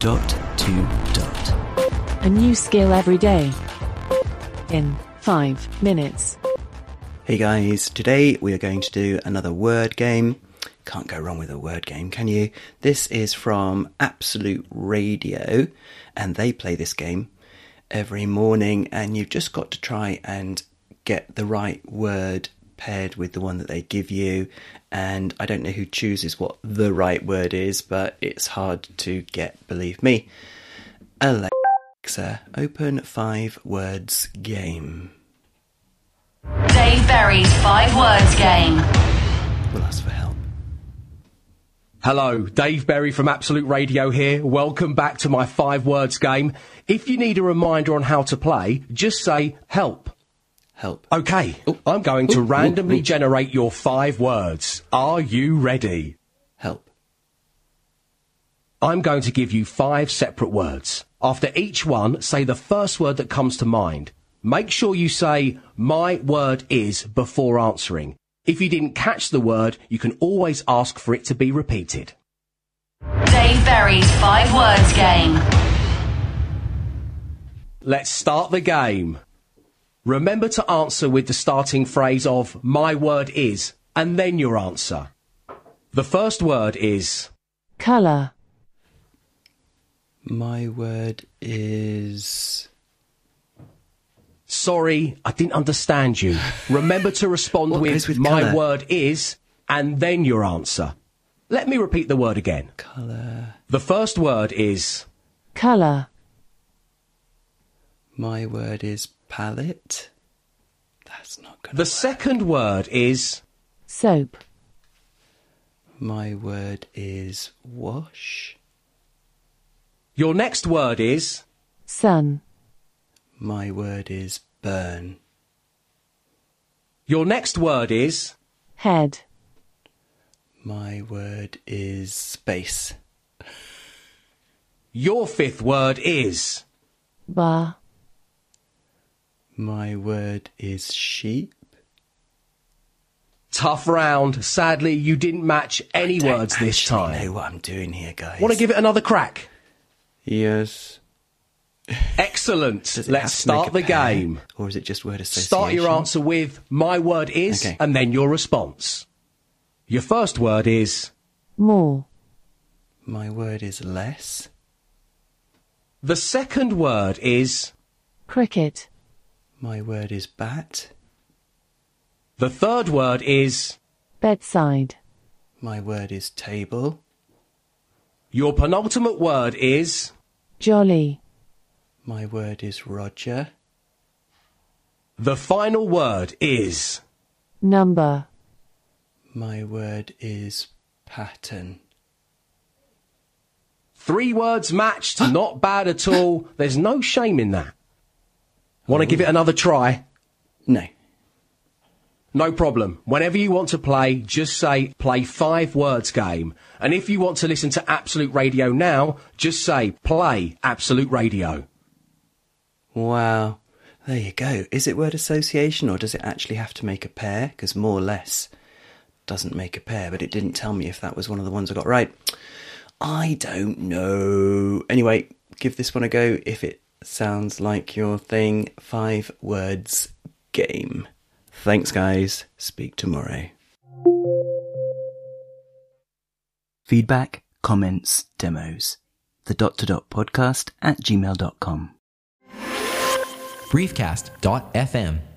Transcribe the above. Dot to dot. A new skill every day. In 5 minutes. Hey guys, today we are going to do another word game. Can't go wrong with a word game, can you? This is from Absolute Radio, and they play this game every morning, and you've just got to try and get the right word paired with the one that they give you. And I don't know who chooses what the right word is, but it's hard to get, believe me. Alexa, open five words game. Dave Berry's Five Words Game. We'll ask for help. Hello, Dave Berry from Absolute Radio here. Welcome back to my five words game. If you need a reminder on how to play, just say help. Help. Okay, Ooh. I'm going to Ooh, ooh, randomly ooh. generate your five words. Are you ready? Help. I'm going to give you five separate words. After each one, say the first word that comes to mind. Make sure you say, my word is, before answering. If you didn't catch the word, you can always ask for it to be repeated. Dave Berry's Five Words Game. Let's start the game. Remember to answer with the starting phrase of my word is and then your answer. The first word is Color. My word is sorry, I didn't understand you. Remember to respond What with, goes with my colour? word is and then your answer. Let me repeat the word again. colour. The first word is Color. My word is palette. That's not gonna. the second word is Soap. My word is wash. your next word is Sun. My word is burn. your next word is Head. My word is space. your fifth word is Bar. My word is sheep. Tough round. Sadly, you didn't match any Don't words this actually time. Know what I'm doing here, guys? Want to give it another crack? Yes. Excellent. Does it Let's have to make start a the pair, game. or is it just word association? Start your answer with my word is Okay. and then your response. Your first word is More. My word is less. the second word is Cricket. My word is bat. the third word is Bedside. My word is table. your penultimate word is Jolly. My word is Roger. the final word is Number. My word is pattern. three words matched. Not bad at all. There's no shame in that. Want to give it another try? No. No problem. Whenever you want to play, just say play five words game. And if you want to listen to Absolute Radio now, just say play Absolute Radio. Wow. There you go. Is it word association or does it actually have to make a pair? Because more or less doesn't make a pair, but it didn't tell me if that was one of the ones I got right. I don't know. Anyway, give this one a go if it sounds like your thing. Five words game. Thanks, guys. Speak tomorrow. feedback, comments, demos. The dot to dot podcast at gmail.com. briefcast.fm.